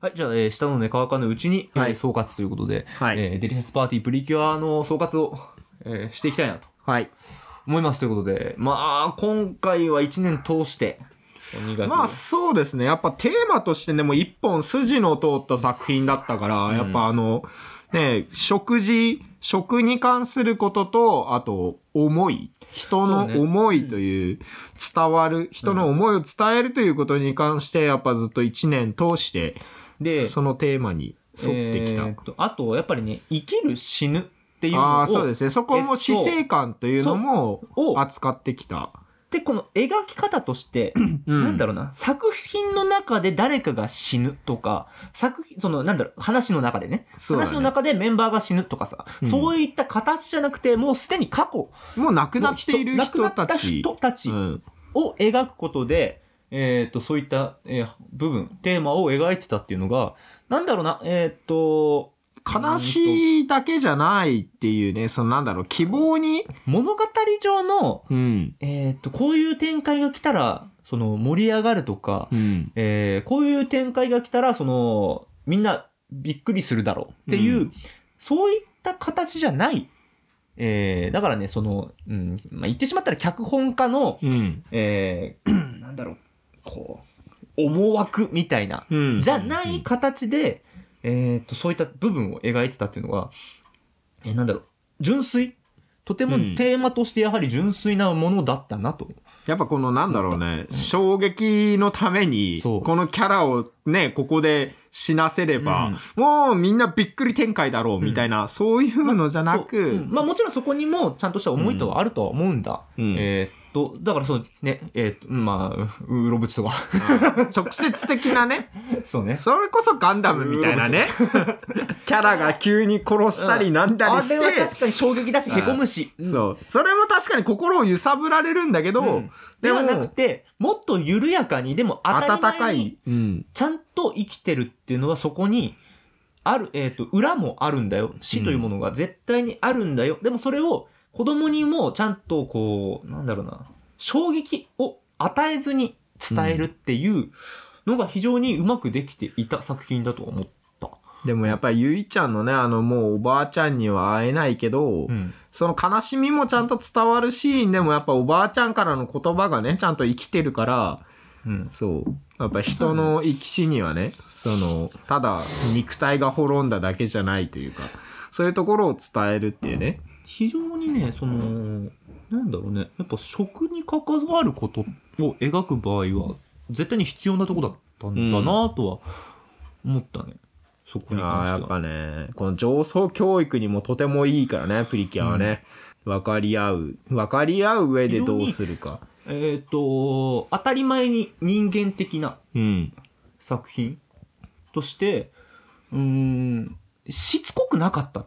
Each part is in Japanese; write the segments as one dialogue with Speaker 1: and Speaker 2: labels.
Speaker 1: はい、じゃあ、えー下のね、乾かぬうちに、えー
Speaker 2: はい
Speaker 1: 総括ということで、
Speaker 2: はい。
Speaker 1: えーデリシャスパーティープリキュアの総括を、えーしていきたいなと
Speaker 2: はい。
Speaker 1: 思いますということで、まあ、今回は1年通して、2月
Speaker 2: まあそうですね。やっぱテーマとしてね、もう一本筋の通った作品だったから、
Speaker 1: ん
Speaker 2: やっぱあの、ね、食事、食に関することと、あと、思い。人の
Speaker 1: そうね
Speaker 2: 思いという、伝わる、人の思いを伝えるということに関して、やっぱずっと一年通して、
Speaker 1: で、
Speaker 2: そのテーマに沿ってきた。
Speaker 1: えーっとあと、やっぱりね、生きる死ぬっていう
Speaker 2: あ
Speaker 1: の
Speaker 2: あ、そうで
Speaker 1: を、
Speaker 2: すね。そこ
Speaker 1: え
Speaker 2: も
Speaker 1: っと
Speaker 2: 死生観というのも
Speaker 1: を
Speaker 2: 扱ってきた。
Speaker 1: で、この描き方と して、なんだろうな、作品の中で誰かが死ぬとか、作品、その、なんだろう、話の中でね、
Speaker 2: そうだね
Speaker 1: 話の中でメンバーが死ぬとかさ、
Speaker 2: うん
Speaker 1: そういった形じゃなくて、もうすでに過去、
Speaker 2: もう亡くなっている
Speaker 1: 亡くな
Speaker 2: 人
Speaker 1: った
Speaker 2: たち。
Speaker 1: 人たち
Speaker 2: うん
Speaker 1: を描くことで、えっ、と、そういった、えー部分、テーマを描いてたっていうのが、なんだろうな、えっ、と、
Speaker 2: 悲しいだけじゃないっていうね、そのなんだろう、希望に、
Speaker 1: 物語上の、
Speaker 2: うん、
Speaker 1: えっ、と、こういう展開が来たら、その、盛り上がるとか、
Speaker 2: うん、
Speaker 1: えーこういう展開が来たら、その、みんなびっくりするだろうっていう、
Speaker 2: うん
Speaker 1: そういった形じゃない。えーだからね、その、うん、まあ、言ってしまったら脚本家の、
Speaker 2: うん、
Speaker 1: えーなんだろう、こう、思惑みたいな、
Speaker 2: うん。
Speaker 1: じゃない形で、えーっと、そういった部分を描いてたっていうのが、えーなんだろう、純粋とても
Speaker 2: うん
Speaker 1: テーマとしてやはり純粋なものだったなと。
Speaker 2: やっぱこのなんだろうね、衝撃のために、
Speaker 1: そう
Speaker 2: このキャラをね、ここで死なせれば、もうみんなびっくり展開だろうみたいな、そういうのじゃな
Speaker 1: そうう
Speaker 2: く
Speaker 1: ん、まあもちろんそこにもちゃんとした思いとはあるとは思うんだ。
Speaker 2: うん
Speaker 1: えーっと、だからそうね、えーっと、まあ、ううろぶちとか。
Speaker 2: 直接的なね、
Speaker 1: そうね。
Speaker 2: それこそガンダムみた いなね、キャラが急に殺したりなんだ
Speaker 1: あ
Speaker 2: りし
Speaker 1: れは
Speaker 2: て、
Speaker 1: 確かに衝撃だし、
Speaker 2: うん
Speaker 1: へこむし。
Speaker 2: そう。それも確かに心を揺さぶられるんだけど、
Speaker 1: うんで
Speaker 2: でも
Speaker 1: はなくて、もっと緩やかに、でも当た
Speaker 2: 温
Speaker 1: り前に
Speaker 2: かい。うん。
Speaker 1: ちゃんと生きてるっていうのはそこに、ある、えっ、と、裏もあるんだよ。死というものが絶対にあるんだよ。でもそれを子供にもちゃんとこう、なんだろうな、衝撃を与えずに伝えるっていうのが非常にうまくできていた作品だと思った。
Speaker 2: でもやっぱりゆいちゃんのね、あのもうおばあちゃんには会えないけど、
Speaker 1: ん。
Speaker 2: その悲しみもちゃんと伝わるシーンでもやっぱおばあちゃんからの言葉がね、ちゃんと生きてるから、
Speaker 1: うん。
Speaker 2: そう。やっぱ人の生き死にはね、その、ただ肉体が滅んだだけじゃないというか、そういうところを伝えるっていうね。
Speaker 1: 非常にね、その、なんだろうね、やっぱ食に関わることを描く場合は、絶対に必要なとこだったんだなとは思ったね。そこに
Speaker 2: あ
Speaker 1: 関し
Speaker 2: あ、
Speaker 1: ては。
Speaker 2: やっぱね、この上層教育にもとてもいいからね、プリキュアはね。分かり合う。分かり合う上でどうするか。
Speaker 1: えっ、と、当たり前に人間的な
Speaker 2: うん。
Speaker 1: 作品として、うーん、しつこくなかったん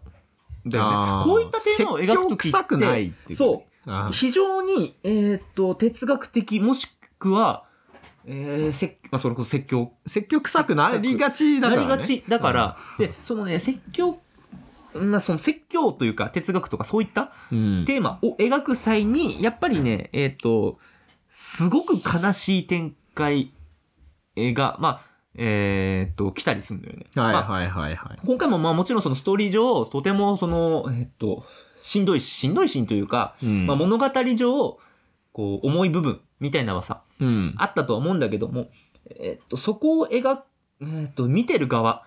Speaker 1: だよ
Speaker 2: あ
Speaker 1: ね。
Speaker 2: ー
Speaker 1: こういったテーマを描くときって、
Speaker 2: 説教臭くないっていうかね
Speaker 1: そ
Speaker 2: あ
Speaker 1: う、
Speaker 2: ー
Speaker 1: 非常に、えっ、と、哲学的、もしくは、えー、せまあ、それこそ説教
Speaker 2: 積極臭くなりがちだ
Speaker 1: な
Speaker 2: から、
Speaker 1: り
Speaker 2: ね。
Speaker 1: がちだから、で、そのね、説教、まあ、その説教というか哲学とかそういった
Speaker 2: うん。
Speaker 1: テーマを描く際に、やっぱりね、えっ、と、すごく悲しい展開が、まあ、えっ、と、来たりするんだよね。
Speaker 2: はい
Speaker 1: まあ
Speaker 2: はいはいはい。
Speaker 1: 今回もまあもちろんそのストーリー上、とてもその、えっ、と、しんどい、しんどいシーンというか、
Speaker 2: うん
Speaker 1: まあ物語上、こう、重い部分みたいなのはさ、
Speaker 2: うん。
Speaker 1: あったとは思うんだけども、えっ、と、そこを描く、えっ、と、見てる側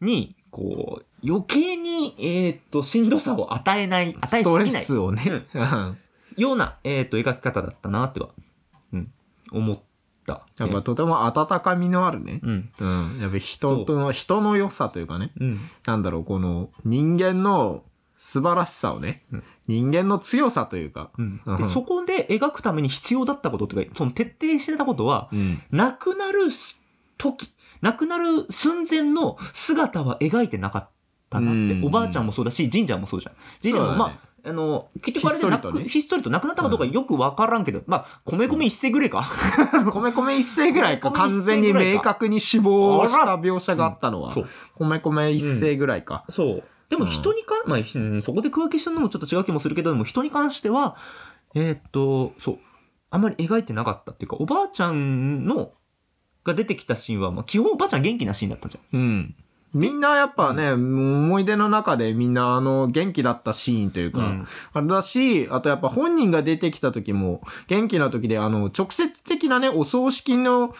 Speaker 1: に、こう、余計に、えっ、と、しんどさを与えない、与え
Speaker 2: スト
Speaker 1: す
Speaker 2: レ
Speaker 1: ぎない。
Speaker 2: スをね。うん
Speaker 1: ような、えー、と描き方だったなっては、うん、思った、
Speaker 2: やっぱ
Speaker 1: ね
Speaker 2: とても温かみのあるね。
Speaker 1: うん
Speaker 2: うん。やっぱ人との、人の良さというかね。
Speaker 1: うん
Speaker 2: なんだろう、この人間の素晴らしさをね。
Speaker 1: うん
Speaker 2: 人間の強さというか。
Speaker 1: うん、でそこで描くために必要だったことというかその徹底してたことは
Speaker 2: うん。
Speaker 1: 亡くなる時亡くなる寸前の姿は描いてなかったなって、
Speaker 2: うん
Speaker 1: おばあちゃんもそうだし神社もそうじゃん神社も、
Speaker 2: そうだね
Speaker 1: まああの結局あれでなく
Speaker 2: ひっそりとね
Speaker 1: ひっそりとなくなったかどうかよくわからんけど、まあ米米一世ぐらいか
Speaker 2: 米米一世ぐらいか、
Speaker 1: 米米一世
Speaker 2: 完全に
Speaker 1: ぐらいか
Speaker 2: 明確に死亡した描写があったのは、
Speaker 1: そう
Speaker 2: 米米一世ぐらいか。
Speaker 1: そう。でも
Speaker 2: うん
Speaker 1: 人にか、まあ、ひうんそこで区分けしたのもちょっと違う気もするけど、でも人に関しては、えーっと、そう。あんまり描いてなかったっていうか、おばあちゃんのが出てきたシーンは、まあ、基本おばあちゃん元気なシーンだったじゃん。
Speaker 2: うん。みんなやっぱね、思い出の中でみんなあの元気だったシーンというか、
Speaker 1: うん
Speaker 2: あれだし、あとやっぱ本人が出てきた時も、元気な時であの、直接的なね、お葬式の、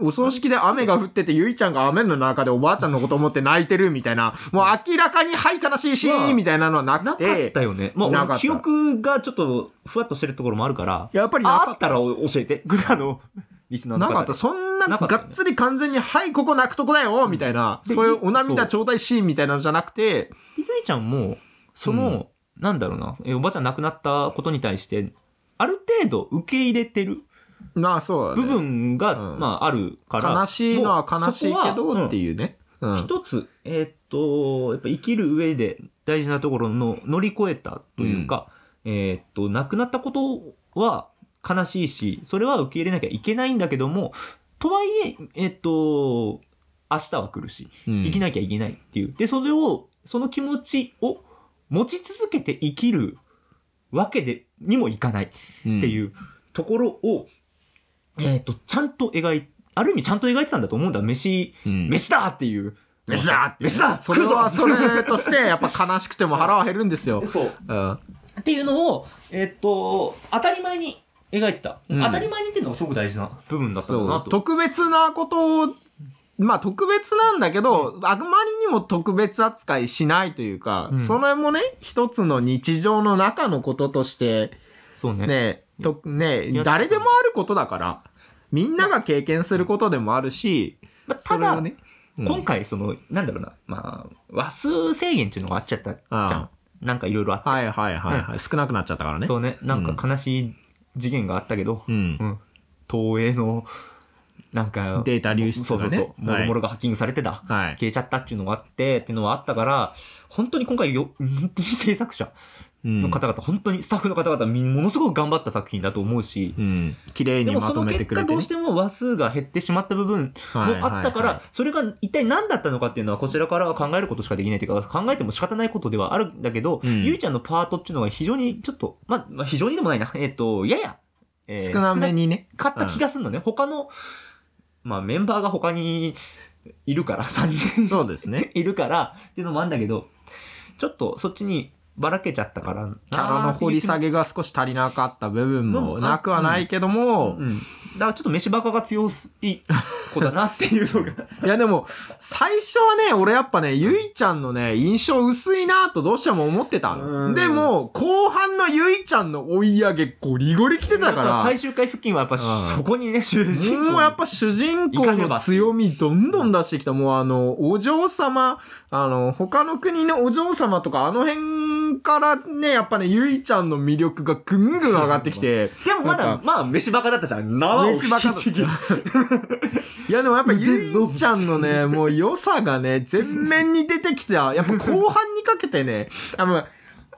Speaker 2: お葬式で雨が降ってて、ゆいちゃんが雨の中でおばあちゃんのこと思って泣いてるみたいな、もう明らかに、はい、悲しいシーンみたいなのはな
Speaker 1: なか
Speaker 2: くて
Speaker 1: っ、たよね。まあ、
Speaker 2: な
Speaker 1: 俺
Speaker 2: かった
Speaker 1: 記憶がちょっとふわっとしてるところもあるから、
Speaker 2: やっぱりな
Speaker 1: あ
Speaker 2: か
Speaker 1: あ
Speaker 2: っ
Speaker 1: ったたら教えて。ぐらいの、リスナーの方
Speaker 2: な
Speaker 1: で
Speaker 2: かった。そんな
Speaker 1: なかった
Speaker 2: が
Speaker 1: よ
Speaker 2: っ
Speaker 1: ね
Speaker 2: つり完全に、はい、ここ泣くとこだよみたいな、
Speaker 1: で
Speaker 2: そういうお涙
Speaker 1: そう
Speaker 2: ちょうだいシーンみたいなのじゃなくて、
Speaker 1: でゆいちゃんも、その、なんだろうな、えおばあちゃん亡くなったことに対して、ある程度受け入れてる
Speaker 2: なあ、そうだね、
Speaker 1: 部分が、
Speaker 2: うん
Speaker 1: まあ、あるから。
Speaker 2: 悲しいのは悲しいけ
Speaker 1: もうそこは
Speaker 2: どっていうね。う
Speaker 1: うん
Speaker 2: ん
Speaker 1: 一つ、えーっと、やっぱ生きる上で大事なところの乗り越えたというか、えーっと、亡くなったことは悲しいし、それは受け入れなきゃいけないんだけども、とはいえ、えーっと、明日は来るし、生きなきゃいけないっていう。で、それを、その気持ちを持ち続けて生きるわけで、にもいかない。
Speaker 2: うん
Speaker 1: っていうところを、えっ、と、ちゃんと描い、ある意味ちゃんと描いてたんだと思うんだ。飯、
Speaker 2: うん
Speaker 1: 飯だっていう。
Speaker 2: 飯だっていうね
Speaker 1: 飯だ
Speaker 2: それは
Speaker 1: 食
Speaker 2: そう
Speaker 1: ぞ
Speaker 2: れとして、やっぱ悲しくても腹は減るんですよ。
Speaker 1: そう。
Speaker 2: うん。
Speaker 1: っていうのを、えっ、と、当たり前に描いてた。
Speaker 2: うん
Speaker 1: 当たり前にっていうのがすごく大事な部分だったんだ
Speaker 2: そ
Speaker 1: な
Speaker 2: う。
Speaker 1: と。
Speaker 2: 特別なことを、まあ特別なんだけど、あまりにも特別扱いしないというか、
Speaker 1: うん
Speaker 2: その辺もね、一つの日常の中のこととして、
Speaker 1: そうね。
Speaker 2: ね、とね
Speaker 1: や、
Speaker 2: 誰でもあることだから、みんなが経験することでもあるし、
Speaker 1: まあ
Speaker 2: そ
Speaker 1: た
Speaker 2: れを
Speaker 1: だ、
Speaker 2: ね、うん
Speaker 1: 今回、その、なんだろうな、まあ、和数制限っていうのがあっちゃったじゃ
Speaker 2: あ
Speaker 1: ん。なんかいろいろあって。
Speaker 2: はいはいはいはい、少なくなっちゃったからね。
Speaker 1: そうね。なんか悲しい事件があったけど、
Speaker 2: うん。
Speaker 1: うん東映の、なんか、
Speaker 2: データ流出
Speaker 1: そうそ
Speaker 2: が
Speaker 1: うそ
Speaker 2: ね
Speaker 1: う。。もろもろがハッキングされてた。
Speaker 2: はい。はい。
Speaker 1: 消えちゃったっていうのがあって、っていうのはあったから、本当に今回よ、本当に制作者
Speaker 2: の
Speaker 1: の方々、本当にスタッフの方々、みものすごく頑張った作品だと思うし、
Speaker 2: うん。綺麗
Speaker 1: で
Speaker 2: に
Speaker 1: も
Speaker 2: ま
Speaker 1: そ
Speaker 2: と
Speaker 1: の
Speaker 2: めて
Speaker 1: 結
Speaker 2: く
Speaker 1: 果
Speaker 2: れて
Speaker 1: ど
Speaker 2: ね。
Speaker 1: うしても話数が減ってしまった部分も
Speaker 2: はい
Speaker 1: あったか
Speaker 2: はいは
Speaker 1: ら、それが一体何だったのかっていうのはこちらからは考えることしかできないというか、考えても仕方ないことではあるんだけど、
Speaker 2: うん
Speaker 1: ゆいちゃんのパートっていうのが非常にちょっと、まあ、まあ、非常にでもないな、 えっ、と、やや、えー
Speaker 2: 少なめにね。
Speaker 1: 買った気がするのね。他の、まあメンバーが他にいるから、3人
Speaker 2: そうですね。
Speaker 1: いるからっていうのもあるんだけど、ちょっとそっちにばらけちゃったからなーっていう気
Speaker 2: キャラの掘り下
Speaker 1: げ。
Speaker 2: げが少し足りなかった部分も
Speaker 1: うん
Speaker 2: なくはないけども
Speaker 1: う、ん。だからちょっと飯バカが強い子だなっていうのが。
Speaker 2: いやでも、最初はね、俺やっぱね、ゆいちゃんのね、印象薄いなとどうしても思ってた
Speaker 1: う
Speaker 2: の。
Speaker 1: ん
Speaker 2: でも、後半のゆいちゃんの追い上げゴリゴリ来てたか
Speaker 1: やっぱ
Speaker 2: ら
Speaker 1: 最、終回付近はやっぱ
Speaker 2: うん
Speaker 1: そこにね、主人公。
Speaker 2: もうやっぱ主人公の強みどんどん出してきた。もうあの、お嬢様、あの、他の国のお嬢様とかあの辺からね、やっぱね、ゆいちゃんの魅力がぐんぐん上がってきて。
Speaker 1: でもま
Speaker 2: なん
Speaker 1: だ
Speaker 2: か、
Speaker 1: まあ飯バカだったじゃん。縄を引
Speaker 2: 飯バカ
Speaker 1: き
Speaker 2: だ
Speaker 1: ちぎる。
Speaker 2: いやでもやっぱゆいちゃんのね、もう良さがね、全面に出てきた。やっぱ後半にかけてね、あの、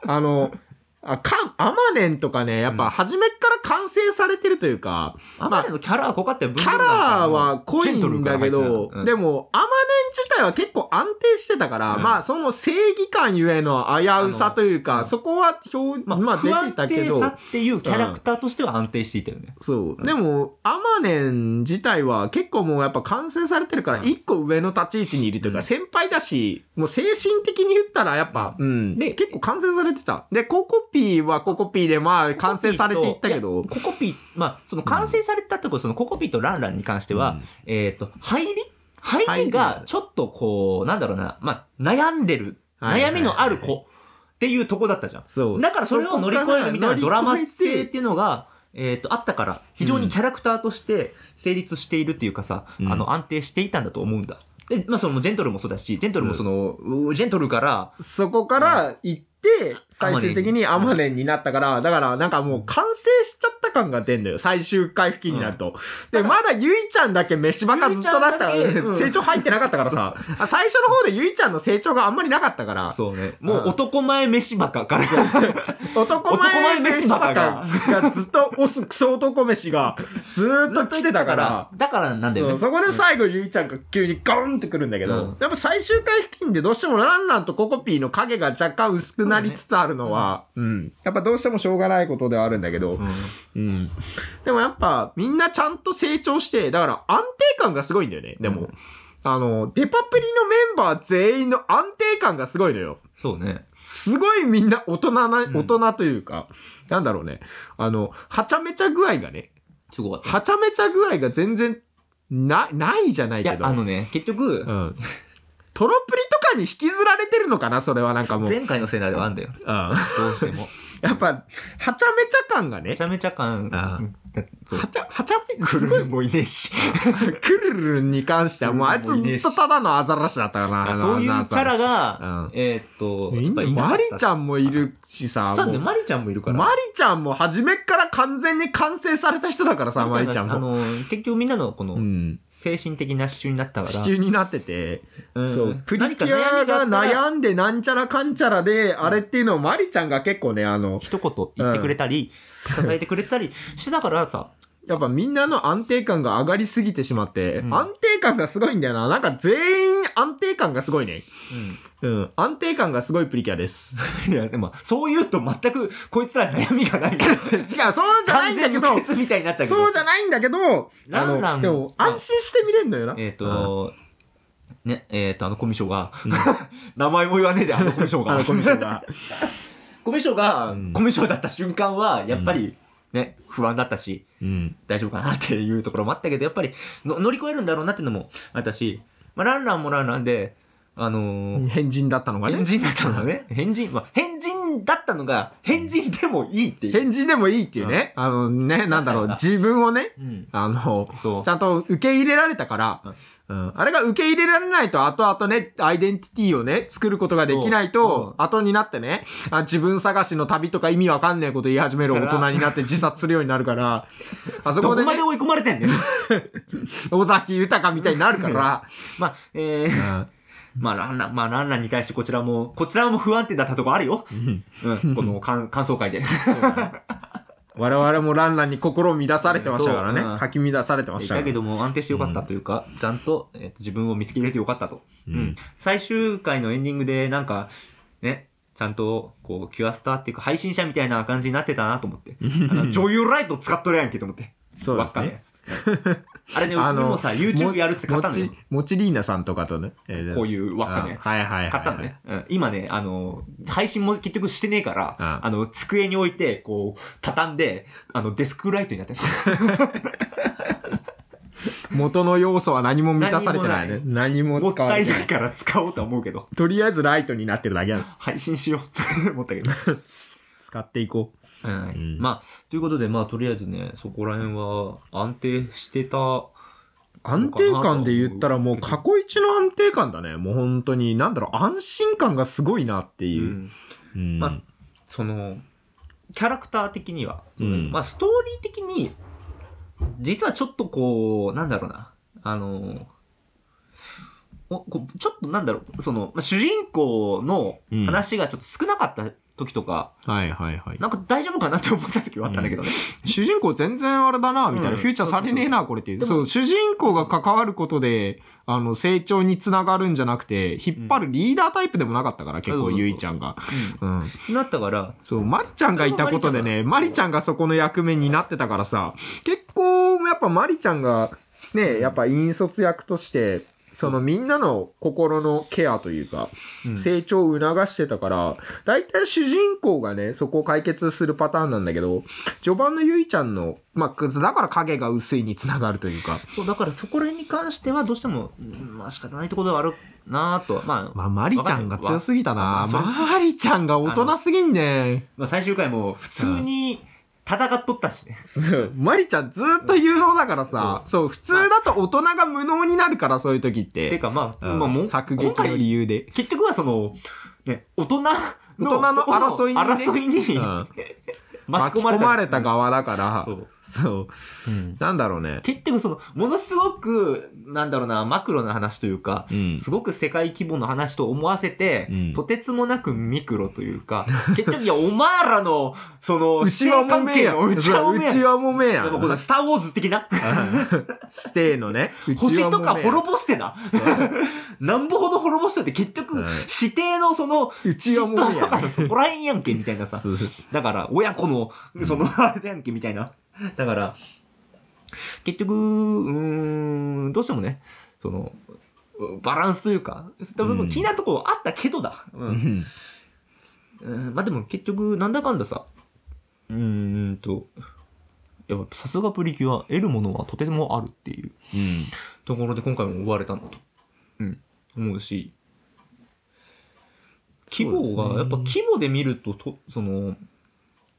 Speaker 2: あの、あ、か、アマネンとかね、やっぱ初めっから完成されてるというか、
Speaker 1: あまりのキャラは濃かったよ。
Speaker 2: キャラは濃いんだけど、で
Speaker 1: も、
Speaker 2: も、アマネン自体は結構安定してたから、
Speaker 1: うん
Speaker 2: まあ、その正義感ゆえの危うさという
Speaker 1: あ
Speaker 2: か、
Speaker 1: の
Speaker 2: そこは表、
Speaker 1: ま
Speaker 2: ま
Speaker 1: あ、
Speaker 2: あ、
Speaker 1: 不
Speaker 2: 出て
Speaker 1: 安
Speaker 2: たけ
Speaker 1: 定さ
Speaker 2: ど、
Speaker 1: っていうキャラクターとしては安定していたよね。
Speaker 2: そう。でも、アマネン自体は結構もうやっぱ完成されてるから、
Speaker 1: うん
Speaker 2: 一個上の立ち位置にいるという
Speaker 1: う
Speaker 2: か、
Speaker 1: ん
Speaker 2: 先輩だし、もう精神的に言ったらやっぱ、うん。
Speaker 1: で
Speaker 2: で、結構完成されてた。で、ココピーはココピーでまあ、完成されていったけど、
Speaker 1: ココピー、まあ、その完成されたってこと、そのココピーとランランに関しては、えっ、と、入り入りが、ちょっとこう、なんだろうな、まあ、悩んでる、
Speaker 2: はいはい
Speaker 1: 悩みのある子っていうとこだったじゃん。
Speaker 2: そう。
Speaker 1: だからそれを乗り越えるみたいなドラマ性っていうのが、えっ、と、あったから、非常にキャラクターとして成立しているっていうかさ、
Speaker 2: うん
Speaker 1: あの、安定していたんだと思うんだ。で、まあ、その、ジェントルもそうだし、ジェントルもその、うジェントルから、
Speaker 2: そこから行って、最終的にアマネンになったから、だからなんかもう完成しちゃった感が出んのよ。最終回付近になると。で、まだゆいちゃんだけ飯ばかずっとだったから、
Speaker 1: ゆいちゃんだけうん
Speaker 2: 成長入ってなかったからさ、あ最初の方でゆいちゃんの成長があんまりなかったから、
Speaker 1: そうね、も
Speaker 2: うん
Speaker 1: う男前飯バカ から、
Speaker 2: 男前
Speaker 1: 男前飯
Speaker 2: 飯ば
Speaker 1: ば
Speaker 2: か
Speaker 1: か
Speaker 2: が
Speaker 1: が
Speaker 2: ずっと押すクソ男飯がずーっと来てたから、
Speaker 1: だからなんだよ
Speaker 2: う
Speaker 1: ね。
Speaker 2: んそこで最後ゆいちゃんが急にゴーンってくるんだけど、
Speaker 1: うん
Speaker 2: やっぱ最終回付近でどうしてもランランとココピーの影が若干薄くなりつつあるのは、うん。やっぱどうしてもしょうがないことではあるんだけど、
Speaker 1: うん
Speaker 2: うん。でもやっぱ、みんなちゃんと成長して、だから安定感がすごいんだよね、でも。
Speaker 1: うん
Speaker 2: あの、デパプリのメンバー全員の安定感がすごいのよ。
Speaker 1: そうね。
Speaker 2: すごいみんな大人な、
Speaker 1: ん
Speaker 2: 大人というか、なんだろうね。あの、はちゃめちゃ具合がね、
Speaker 1: すごかった。
Speaker 2: はちゃめちゃ具合が全然、な、ないじゃない
Speaker 1: い
Speaker 2: け
Speaker 1: や、
Speaker 2: ど。
Speaker 1: あのね、結局
Speaker 2: う、ん。トロプリとかに引きずられてるのかな、それはなんかもう。うん。
Speaker 1: 前回のせいなではあんだよ。
Speaker 2: や
Speaker 1: どうしても。
Speaker 2: っぱ、はちゃめちゃ感がね
Speaker 1: めち、ゃめちゃ感、
Speaker 2: あ
Speaker 1: そう
Speaker 2: はちゃ、はちゃめ、
Speaker 1: ク
Speaker 2: す
Speaker 1: ル
Speaker 2: ごい
Speaker 1: ルンもいねえし。
Speaker 2: クルルンに関してはもうあいつずっとただのアザラシだったからな。
Speaker 1: そういうキャラ
Speaker 2: うん
Speaker 1: が、えーっと、
Speaker 2: みんな、マリち
Speaker 1: ん。
Speaker 2: ゃんもいるしさ、
Speaker 1: そうだね、
Speaker 2: も
Speaker 1: マリちゃんもいるか
Speaker 2: う
Speaker 1: ら。
Speaker 2: マリちゃんも初めっから完全に完成された人だからさ、マリちゃん
Speaker 1: あ
Speaker 2: も。
Speaker 1: の、結局みんなのこ
Speaker 2: う
Speaker 1: の、
Speaker 2: ん。
Speaker 1: 精神的な支柱になったか
Speaker 2: 支
Speaker 1: ら。
Speaker 2: 柱になってて、
Speaker 1: うん
Speaker 2: そう、プリキュアが
Speaker 1: 何かあったら
Speaker 2: 悩んでなんちゃらかんちゃらで、あれっていうのをマリちゃんが結構ね、あの、
Speaker 1: 一言言ってくれたり、支えてくれたりしてたからさ、
Speaker 2: やっぱみんなの安定感が上がりすぎてしまって、
Speaker 1: うん
Speaker 2: 安定感がすごいんだよな。なんか全員安定感がすごいね。うん、安定感がすごいプリキュ アです。
Speaker 1: いや、でも、そう言うと全く、こいつら悩みが ない。
Speaker 2: 違う、そうじゃないんだけど
Speaker 1: 完全、無欠みたいになっちゃうけど。
Speaker 2: そうじゃないんだけど、
Speaker 1: ランラン
Speaker 2: あのでも、安心して見れんのよな。
Speaker 1: えっ、と、ね、えっ、と、あのコミショが、 名前も言わねえで、あのコミショ
Speaker 2: うん、あ
Speaker 1: が。
Speaker 2: のコミッショ ンが。
Speaker 1: コミショが
Speaker 2: うん、
Speaker 1: コミショだった瞬間は、やっぱり、ね、不安だったし、
Speaker 2: うん。
Speaker 1: 大丈夫かなっていうところもあったけど、やっぱりの乗り越えるんだろうなっていうのもあったし、まあ、ランランもランランで、あのー
Speaker 2: 変人だったのが
Speaker 1: 変
Speaker 2: ね。
Speaker 1: 人だったのがね、変人、まあ、変人だったのが、変人でもいいっていう。
Speaker 2: 変人でもいいっていうね。あのね、なんだろう、 自分をね、
Speaker 1: うん。
Speaker 2: あの、
Speaker 1: そう
Speaker 2: ち。ゃんと受け入れられたから、うん、あれが受け入れられないと、後々ね、アイデンティティをね、作ることができない
Speaker 1: そう
Speaker 2: と、後になってねあ、自分探しの旅とか意味わかんないこと言い始める大人になって自殺するようになるから、 あそ
Speaker 1: ど
Speaker 2: こ
Speaker 1: こ
Speaker 2: で、
Speaker 1: ま
Speaker 2: ね
Speaker 1: で、追い込まれてんねん。
Speaker 2: 尾崎豊みたいになるから、
Speaker 1: まあ、えー、まあ、ランラン、まあ、ランランに対してこちらも、こちらも不安定だったとこあるよ。
Speaker 2: うん
Speaker 1: うん、この感感想会で。
Speaker 2: 我々もランランに心を乱されてましたから
Speaker 1: そうう
Speaker 2: ね。
Speaker 1: ん
Speaker 2: かき乱されてましたか
Speaker 1: だ
Speaker 2: ら
Speaker 1: け。ども安定してよかったというか、ちゃんと、えっと自分を見つけ入れてよかったと、
Speaker 2: う
Speaker 1: うんん最終回のエンディングでなんか、ね、ちゃんと、こう、キュアスターっていうか配信者みたいな感じになってたなと思 って。あの女優ライト使っとるやんけと思って。
Speaker 2: そうですね
Speaker 1: 輪っかのや つ。あれね、うちにもさ、YouTube やるっつって買ったんだよ
Speaker 2: も。ちもちリーナさんとかとね。えー
Speaker 1: こういう輪っかのやつ。
Speaker 2: あはいはいはいはい
Speaker 1: 買ったのね。うん今ね、あの、配信も結局してねえから、
Speaker 2: あ
Speaker 1: あの、机に置いて、こう、畳んで、あの、デスクライトになってる。
Speaker 2: 元の要素は何も満たされてないね。何も
Speaker 1: もっ
Speaker 2: 使わ
Speaker 1: た
Speaker 2: れ
Speaker 1: い
Speaker 2: てな。
Speaker 1: ないいから使おうとは思うけど、
Speaker 2: とりあえずライトになってるだけだな。
Speaker 1: 配信しよう って思ったけど。
Speaker 2: 使っていこう。
Speaker 1: うん
Speaker 2: ん
Speaker 1: まあ、ということで、まあ、とりあえずね、そこら辺は安定してた。
Speaker 2: 安定感で言ったらもう過去一の安定感だね。もう本当に、なんだろう、安心感がすごいなって
Speaker 1: う
Speaker 2: いう。
Speaker 1: ん
Speaker 2: うん
Speaker 1: まあ、その、キャラクター的には、
Speaker 2: うん
Speaker 1: まあ、ストーリー的に、実はちょっとこう、なんだろうな、あの、おこうちょっとなんだろう、その、まあ、主人公の話がちょっと少なかった時とか、
Speaker 2: はいはいはい。
Speaker 1: なんか大丈夫かなって思った時はあったんだけどね。
Speaker 2: 主人公全然あれだな、みたいな、
Speaker 1: うん
Speaker 2: フューチャーされねえな、これっていう。
Speaker 1: でも
Speaker 2: そう、主人公が関わることで、あの、成長につながるんじゃなくて、引っ張るリーダータイプでもなかったから、結構、
Speaker 1: そうそうそう
Speaker 2: ゆいちゃんが。うん。
Speaker 1: うんなったから、
Speaker 2: そう、マリちゃんがいたことでね、マリちゃんがそこの役目になってたからさ、結構、やっぱマリちゃんが、ね、やっぱ引率役として、そのみんなの心のケアというか、
Speaker 1: うん
Speaker 2: 成長を促してたから、大体主人公がね、そこを解決するパターンなんだけど、序盤のゆいちゃんの、まあ、くずだから影が薄いにつながるというか、
Speaker 1: そう、だからそこら辺に関してはどうしても、うんまあ仕方ないところではあるなぁとは、まあ、
Speaker 2: まあ、マリちゃんが強すぎたな
Speaker 1: わ。かんない
Speaker 2: マリちゃんが大人すぎんね。
Speaker 1: まあ最終回も普通に戦っと ったしね。
Speaker 2: そう マリちゃんずーっと有能だからさ、そう、普通だと大人が無能になるから、そういう時って。
Speaker 1: ていうかまあ、
Speaker 2: うん
Speaker 1: まあもう、
Speaker 2: 作劇の理由で。
Speaker 1: 結局はその、ね、大人の、
Speaker 2: 大人の
Speaker 1: そこ
Speaker 2: 争いに ね
Speaker 1: 争いに、
Speaker 2: うん 巻き込まれた側だから、
Speaker 1: そう、
Speaker 2: そう。
Speaker 1: うん
Speaker 2: なんだろうね。
Speaker 1: 結局そのものすごくなんだろうなマクロな話というか
Speaker 3: うん
Speaker 1: すごく世界規模の話と思わせて、
Speaker 3: うん
Speaker 1: とてつもなくミクロというか、結局、いや、お前らの、その、
Speaker 2: うちわもめや。
Speaker 1: うちわもめや。
Speaker 2: うちわもめや。
Speaker 1: やっぱこのスター・ウォーズ的な、
Speaker 2: 指定の ね。
Speaker 1: 星とか
Speaker 2: ぼ
Speaker 1: 滅ぼしてな。なんぼほど滅ぼしたって結局、
Speaker 2: うん
Speaker 1: 指定のその、
Speaker 2: うちわ
Speaker 1: 嫉
Speaker 2: も
Speaker 1: 妬
Speaker 2: め
Speaker 1: とか
Speaker 2: や。
Speaker 1: のそこらへんやんけ、みたいなさ。
Speaker 2: そう
Speaker 1: だから、親子の、その、あれだやんけ、みたいな。だから、結局、うーん、どうしてもね、その、バランスというか、そういった部
Speaker 3: うん
Speaker 1: 分、気になるところあったけどだ。う
Speaker 3: うんん
Speaker 1: うんまあでも結局なんだかんださうーんとやっぱさすがプリキュア得るものはとてもあるっていう
Speaker 3: うん
Speaker 1: ところで今回も追われたなと、うん、思うし規模
Speaker 2: そうですね
Speaker 1: が、やっぱ規模で見るととその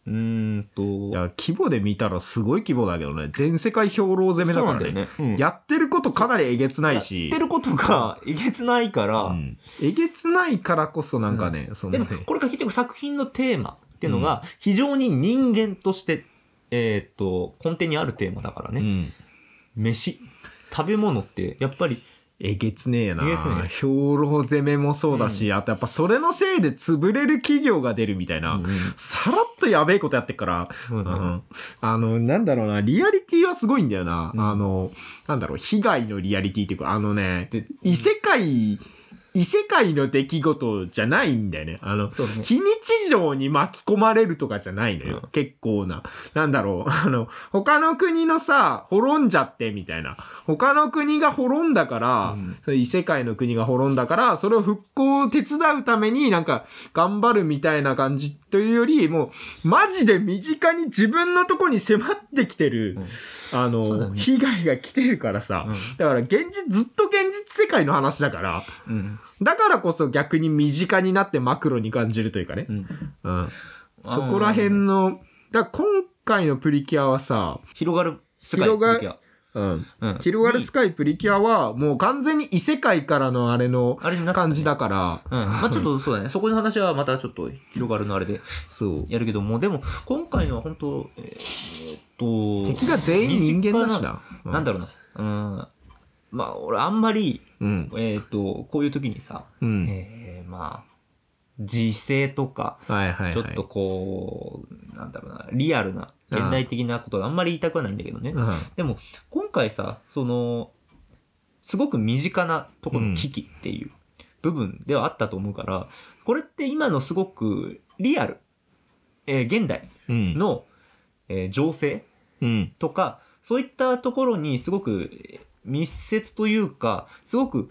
Speaker 1: うーんと
Speaker 2: いや、規模で見たらすごい規模だけどね。全世界兵糧攻めだ
Speaker 1: そう
Speaker 2: か
Speaker 1: なんだ
Speaker 2: ら
Speaker 1: よ
Speaker 2: ね。
Speaker 1: ね、うん
Speaker 2: やってることかなりえげつな
Speaker 1: や
Speaker 2: い
Speaker 1: っ、
Speaker 2: して
Speaker 1: ることがえげつないから、
Speaker 3: うん
Speaker 2: えげつないからこそなんかね、そ
Speaker 1: で
Speaker 2: の
Speaker 1: も
Speaker 2: ね、
Speaker 1: これが結局作品のテーマっていうのが非常に人間として、えーっと根底にあるテーマだからね、
Speaker 3: うん
Speaker 1: 飯食べ物ってやっぱり
Speaker 2: えげつねえな。
Speaker 1: え
Speaker 2: 兵
Speaker 1: げつねえ
Speaker 2: 糧攻めもそうだし、あとやっぱそれのせいで潰れる企業が出るみたいな。さらっとやべえことやってっから、
Speaker 1: うん
Speaker 2: うんあの、なんだろうな、リアリティはすごいんだよな。
Speaker 1: うん
Speaker 2: あの、なんだろう、被害のリアリティっていうか、あのね、
Speaker 1: で
Speaker 2: 異世界、異世界の出来事じゃないんだよね。あの、
Speaker 1: そうね
Speaker 2: 非日常に巻き込まれるとかじゃないのよ。
Speaker 1: う
Speaker 2: 結構な。なんだろう。 あの、他の国のさ、滅んじゃってみたいな。他の国が滅んだから、
Speaker 1: うん
Speaker 2: その異世界の国が滅んだから、それを復興を手伝うためになんか頑張るみたいな感じというより、もう、マジで身近に自分のとこに迫ってきてる、あ
Speaker 1: そうだ
Speaker 2: の、
Speaker 1: ね
Speaker 2: 被害が来てるからさ、だから現実、ずっと現実世界の話だから、
Speaker 1: うん
Speaker 2: だからこそ逆に身近になってマクロに感じるというかね。
Speaker 1: うん
Speaker 2: うん。そこら辺の、だから今回のプリキュアはさ、
Speaker 1: 広がる世界
Speaker 2: 広が
Speaker 1: プリキュ
Speaker 2: うん。
Speaker 1: アうん
Speaker 2: 広がるスカイプリキュアは、もう完全に異世界からのあれの
Speaker 1: あれになったね
Speaker 2: 感じだから、
Speaker 1: うんま あちょっとそうだねそこの話はまたちょっと広がるのあれで
Speaker 2: そう。
Speaker 1: やるけどもでも今回のは本当えーっと
Speaker 2: 敵が全員人間だしな。う
Speaker 1: なんだろうなうんまあ俺あんまり
Speaker 2: うん。
Speaker 1: えーっとこういう時にさ
Speaker 2: うん。
Speaker 1: えーまあ時勢とか
Speaker 2: はいはいはい。
Speaker 1: ちょっとこう、なんだろうな、リアルな、現代的なことがあんまり言いたくはないんだけどね。
Speaker 2: うん。
Speaker 1: でも、今回さ、その、すごく身近なところの危機っていう部分ではあったと思うから、これって今のすごくリアル、えー現代
Speaker 3: うん
Speaker 1: の、えー情勢
Speaker 3: うん
Speaker 1: とか、そういったところにすごくえー密接というか、すごく、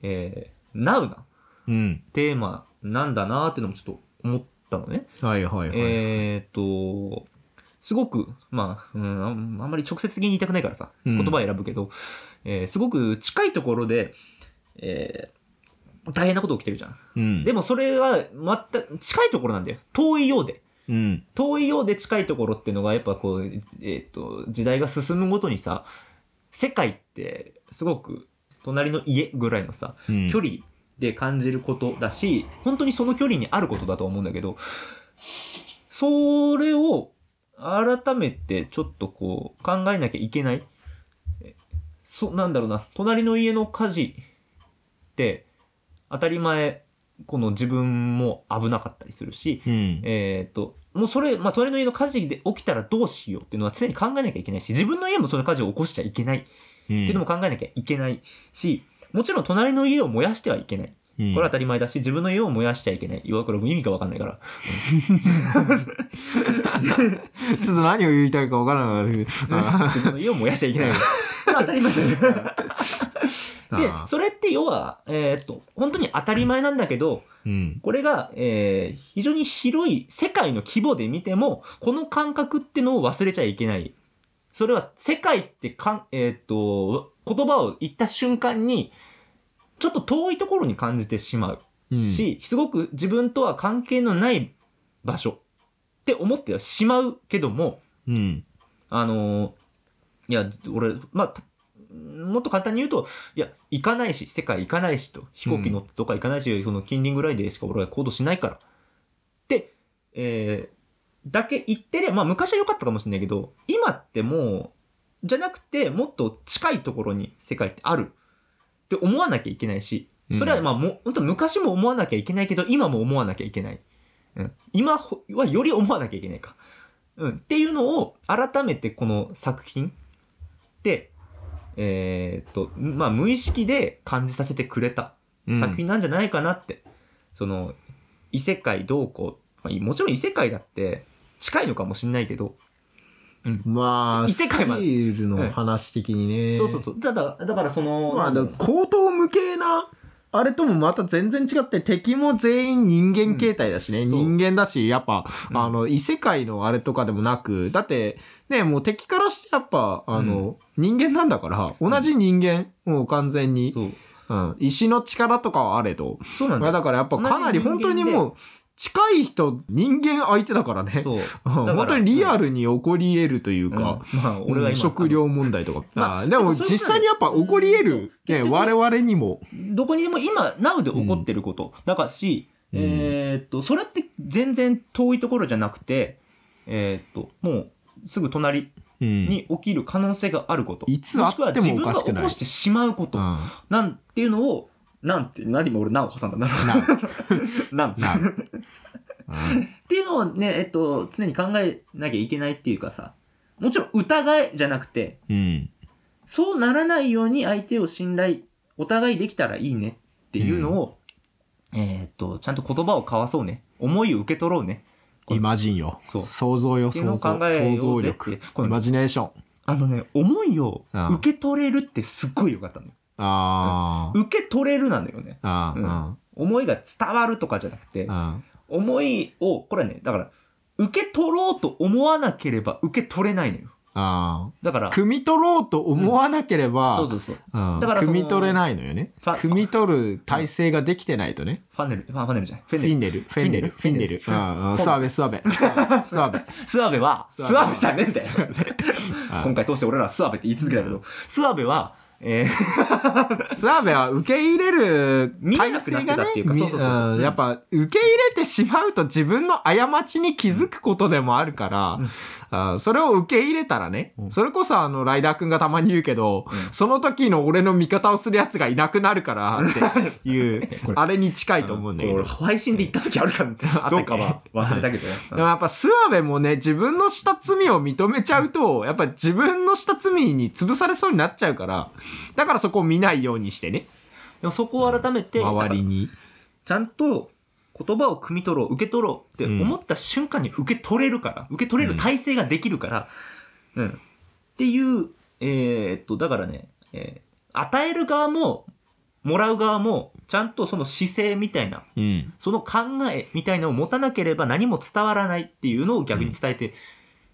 Speaker 1: えー、ナウな
Speaker 3: うん
Speaker 1: テーマなんだなーっていうのもちょっと思ったのね。
Speaker 2: はいはいはい。
Speaker 1: えーっと、すごく、まあ、うん、あんあんまり直接的に言いたくないからさ、
Speaker 3: うん
Speaker 1: 言葉選ぶけど、えーすごく近いところで、えー大変なこと起きてるじゃん。
Speaker 3: うん
Speaker 1: でもそれは全く近いところなんだよ。遠いようで。
Speaker 3: うん
Speaker 1: 遠いようで近いところっていうのがやっぱこう、えーっと、時代が進むごとにさ、世界ってすごく隣の家ぐらいのさ、
Speaker 3: うん
Speaker 1: 距離で感じることだし、本当にその距離にあることだと思うんだけど、それを改めてちょっとこう考えなきゃいけない。えそ、なんだろうな、隣の家の火事って当たり前、この自分も危なかったりするし、
Speaker 3: うん
Speaker 1: えっ、と、もうそれ、まあ、隣の家の火事で起きたらどうしようっていうのは常に考えなきゃいけないし、自分の家もその火事を起こしちゃいけないっていうのも考えなきゃいけないし、もちろん隣の家を燃やしてはいけない。
Speaker 3: うん
Speaker 1: これは当たり前だし、自分の家を燃やしてはいけない。岩倉も意味がわかんないから。
Speaker 2: ちょっと何を言いたいかわからない
Speaker 1: 自分の家を燃やしちゃいけない。当たり前だよ で、それって要は、えーっと、本当に当たり前なんだけど、
Speaker 3: うん
Speaker 1: これが、えー非常に広い世界の規模で見ても、この感覚ってのを忘れちゃいけない。それは世界ってかん、えーっと、言葉を言った瞬間に、ちょっと遠いところに感じてしまう。
Speaker 3: うん
Speaker 1: し、すごく自分とは関係のない場所って思ってはしまうけども、
Speaker 3: うん
Speaker 1: あのーいや、俺、まあた、もっと簡単に言うと、いや、行かないし、世界行かないしと、飛行機乗ってとか行かないし、その近隣ぐらいでしか俺は行動しないから。で、えーだけ言ってりゃ、まあ昔は良かったかもしれないけど、今ってもう、じゃなくて、もっと近いところに世界ってあるって思わなきゃいけないし、それはまあもう、本当昔も思わなきゃいけないけど、今も思わなきゃいけない。うん。今ほはより思わなきゃいけないか。うん。っていうのを、改めてこの作品で、えーっと、まあ無意識で感じさせてくれた
Speaker 2: うん
Speaker 1: 作品なんじゃないかなって。その、異世界どうこう、まあもちろん異世界だって近いのかもしれないけど、
Speaker 2: まあ、
Speaker 1: 異世界まで
Speaker 2: スリルの話的にね。
Speaker 1: そうそうそう。ただ、だからその、
Speaker 2: まあ、だ
Speaker 1: なん
Speaker 2: か
Speaker 1: だろ
Speaker 2: ら高等無形な、あれともまた全然違って、敵も全員人間形態だしね、
Speaker 1: んそう
Speaker 2: 人間だし、やっぱ、
Speaker 1: うん
Speaker 2: あの、異世界のあれとかでもなく、だって、ね、もう敵からしてやっぱ、あの、人間なんだから、同じ人間、もう完全
Speaker 1: う
Speaker 2: に、
Speaker 1: そう。
Speaker 2: うん、石の力とかはあれと、
Speaker 1: そうなんだ
Speaker 2: まあだからやっぱかなり
Speaker 1: 同じ人
Speaker 2: 本
Speaker 1: 間
Speaker 2: 当
Speaker 1: で
Speaker 2: にもう、近い人、人間相手だからね。
Speaker 1: そう。
Speaker 2: うん
Speaker 1: だから
Speaker 2: 本当にリアルに起こり得るという
Speaker 1: うん
Speaker 2: か、
Speaker 1: まあ俺は今、
Speaker 2: 食料問題とか。
Speaker 1: まあ
Speaker 2: あーでも
Speaker 1: でもそういうこと
Speaker 2: 実際にやっぱ起こり得る、ね、
Speaker 1: 結局
Speaker 2: 我々にも。
Speaker 1: どこにでも今、now で起こってること。だからし、
Speaker 2: うん
Speaker 1: えーっと、それって全然遠いところじゃなくて、えーっと、もう、すぐ隣
Speaker 2: に、
Speaker 1: に起きる可能性があること。
Speaker 2: いつあっても
Speaker 1: しくは自分
Speaker 2: お
Speaker 1: が
Speaker 2: かしく
Speaker 1: 起
Speaker 2: ない
Speaker 1: こしてしまうこと。なんていうのを、なんて、何も俺、なを挟んだんだろう
Speaker 2: な
Speaker 1: な。なん。
Speaker 2: な
Speaker 1: っていうのをね、えっと、常に考えなきゃいけないっていうかさ、もちろん疑いじゃなくて、
Speaker 2: うん。
Speaker 1: そうならないように相手を信頼、お互いできたらいいねっていうのを、えーっと、ちゃんと言葉を交わそうね。思いを受け取ろうね。
Speaker 2: イマジンよ。
Speaker 1: そう
Speaker 2: 想像よ、
Speaker 1: っていうの
Speaker 2: 想
Speaker 1: を
Speaker 2: 像。
Speaker 1: 考え
Speaker 2: 想
Speaker 1: よう
Speaker 2: 像
Speaker 1: ぜっていう
Speaker 2: 力。
Speaker 1: こ
Speaker 2: イ
Speaker 1: れ
Speaker 2: マジネーション。
Speaker 1: あのね、思いを
Speaker 2: ああ
Speaker 1: 受け取れるってすっごい良かったのよ。
Speaker 2: あー
Speaker 1: 受け取れるなんだよね。
Speaker 2: あ
Speaker 1: うん
Speaker 2: ー。
Speaker 1: 思いが伝わるとかじゃなくて、
Speaker 2: あ
Speaker 1: 思いを、これはね、だから、受け取ろうと思わなければ受け取れないのよ。
Speaker 2: あ。あ
Speaker 1: だから、
Speaker 2: あ。汲み取ろうと思わなければ、
Speaker 1: そうそうそう。
Speaker 2: うん
Speaker 1: だからそ
Speaker 2: 汲
Speaker 1: の
Speaker 2: み取れないのよね。
Speaker 1: ファ
Speaker 2: 汲み取る体制ができてないとね。
Speaker 1: ファネル、ファファネルじゃない。フェ
Speaker 2: フ
Speaker 1: ネ
Speaker 2: ィ
Speaker 1: ル。
Speaker 2: ンネル、フェンネル、
Speaker 1: フ
Speaker 2: フ
Speaker 1: ィ
Speaker 2: ィ
Speaker 1: ン
Speaker 2: ン
Speaker 1: ネ
Speaker 2: ネ
Speaker 1: ル
Speaker 2: ル。
Speaker 1: フ
Speaker 2: う
Speaker 1: ィンネル
Speaker 2: んうんスワベ、スワベ。スワベ。
Speaker 1: スワベは、ス
Speaker 2: スワベ
Speaker 1: ワベじゃねえん だよ。
Speaker 2: あ
Speaker 1: 今回通して俺らはスワベって言い続けたけど、スワベは、えー、
Speaker 2: スワベは受け入れる
Speaker 1: 見れ
Speaker 2: 体
Speaker 1: なく
Speaker 2: 制
Speaker 1: な
Speaker 2: が
Speaker 1: ってた
Speaker 2: ね
Speaker 1: っていうか
Speaker 2: み
Speaker 1: そうそうそうそう
Speaker 2: うんやっぱ受け入れてしまうと自分の過ちに気づくことでもあるから、あそれを受け入れたらね、
Speaker 1: うん
Speaker 2: それこそあのライダーくんがたまに言うけど、
Speaker 1: うん
Speaker 2: その時の俺の味方をする奴がいなくなるからっていう
Speaker 1: これ
Speaker 2: あれに近いと思うんだけ
Speaker 1: こ
Speaker 2: ど
Speaker 1: れ俺、。配信で行った時あるかみたいな
Speaker 2: あ
Speaker 1: どうかは忘れたけどね。
Speaker 2: でもやっぱ諏訪部もね、自分のした罪を認めちゃうと、やっぱ自分のした罪に潰されそうになっちゃうから、だからそこを見ないようにしてね、
Speaker 1: でもそこを改めて、
Speaker 2: 周りに。
Speaker 1: ちゃんと言葉を汲み取ろう、受け取ろうって思った瞬間に受け取れるから、受け取れる体制ができるから、うん。っていう、えーっと、だからね、えー与える側も、もらう側も、ちゃんとその姿勢みたいな、
Speaker 2: うん。
Speaker 1: その考えみたいなのを持たなければ何も伝わらないっていうのを逆に伝えて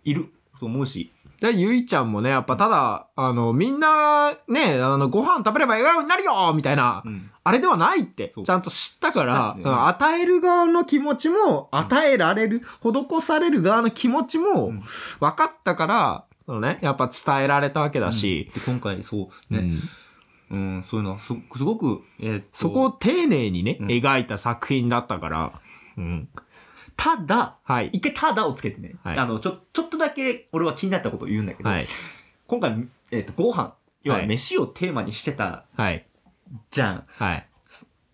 Speaker 1: いると思うし、
Speaker 2: で、ゆいちゃんもね、やっぱただ、あの、みんな、ね、あの、ご飯食べれば笑顔になるよみたいな、
Speaker 1: うん
Speaker 2: あれではないって
Speaker 1: そう、
Speaker 2: ちゃんと知ったから、
Speaker 1: 知っ
Speaker 2: う
Speaker 1: たしね
Speaker 2: ん与える側の気持ちも、与えられる、施される側の気持ちも
Speaker 1: うん、
Speaker 2: 分かったから、そのね、やっぱ伝えられたわけだ
Speaker 1: う
Speaker 2: し、
Speaker 1: んで今回そうね、
Speaker 2: うん
Speaker 1: うん、そういうのはすすごく、えーっと
Speaker 2: そこを丁寧にね、
Speaker 1: うん
Speaker 2: 描いた作品だったから、うん。
Speaker 1: ただ、
Speaker 2: はい。
Speaker 1: 一回ただをつけてね、
Speaker 2: はい
Speaker 1: あの、ちょ、ちょっとだけ俺は気になったことを言うんだけど、
Speaker 2: はい。
Speaker 1: 今回、えーっと、ご飯、要は
Speaker 2: はい
Speaker 1: 飯をテーマにしてた
Speaker 2: はい。
Speaker 1: じゃん。
Speaker 2: はい。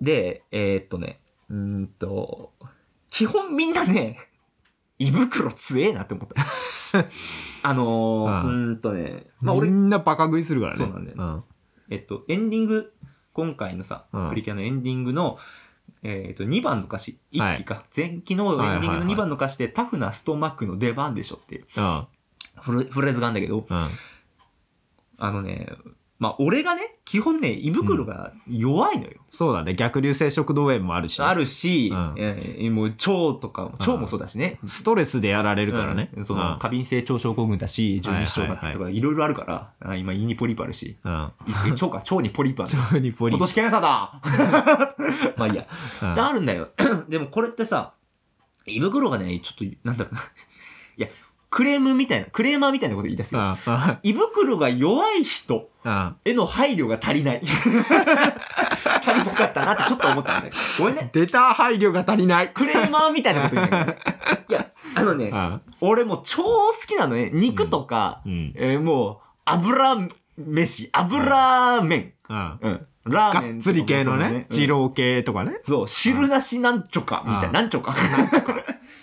Speaker 1: で、えーっとね、うーんと、基本みんなね、胃袋強えなって思 った。あのー、
Speaker 2: ああ
Speaker 1: うーんとね、まあ
Speaker 2: み
Speaker 1: 俺、
Speaker 2: んなバカ食いするからね。
Speaker 1: そうなんだよね
Speaker 2: うん
Speaker 1: えっと、エンディング、今回のさ、
Speaker 2: うん
Speaker 1: プリキュアのエンディングの、えっと、2番の歌詞、
Speaker 2: は
Speaker 1: 1
Speaker 2: い
Speaker 1: 期か、前期のエンディ
Speaker 2: はいは
Speaker 1: ン
Speaker 2: い
Speaker 1: グ
Speaker 2: は
Speaker 1: の
Speaker 2: い
Speaker 1: 2番の歌詞で、タフなストマックの出番でしょっていう
Speaker 2: うん。
Speaker 1: フレフレーズがあるんだけど、
Speaker 2: うん。
Speaker 1: あのね、まあ、俺がね、基本ね、胃袋が弱いのよ。
Speaker 2: そうだね。逆流性食道炎もあるしね、
Speaker 1: あるし、
Speaker 2: うん
Speaker 1: えーもう腸とかも、腸もそうだしね。
Speaker 2: ストレスでやられるからね。
Speaker 1: うんその、過敏性腸症候群だし、十二指腸だったりとか、いろいろあるから、あ今胃にポリープあるし、
Speaker 2: うん。うん。
Speaker 1: い腸か、腸にポリープある。
Speaker 2: 腸にポリ
Speaker 1: 今
Speaker 2: プ。
Speaker 1: 年検査だ まあいいや。
Speaker 2: うん
Speaker 1: あるんだよ。 でもこれってさ、胃袋がね、ちょっと、なんだろうな。 いや、クレームみたいな、クレーマーみたいなこと言い出す
Speaker 2: う
Speaker 1: よ。
Speaker 2: ん。
Speaker 1: 胃袋が弱い人
Speaker 2: うん。
Speaker 1: への配慮が足りない。足りなかったなってちょっと思ったんだよ。ごめんね。
Speaker 2: 出た配慮が足りない。
Speaker 1: クレーマーみたいなこと言うんだけどね。いや、あのね、
Speaker 2: あ
Speaker 1: 俺もう超好きなのね。肉とか、
Speaker 2: うん。
Speaker 1: えーもう、油飯、油麺。
Speaker 2: あ
Speaker 1: うん。ラー
Speaker 2: が
Speaker 1: メン
Speaker 2: っ
Speaker 1: とかもそう
Speaker 2: つ
Speaker 1: だ。
Speaker 2: り系のね、
Speaker 1: うん
Speaker 2: 二郎系とか ね。
Speaker 1: そう、汁なしなんちょか、みたい
Speaker 2: うん
Speaker 1: な。なんちょか。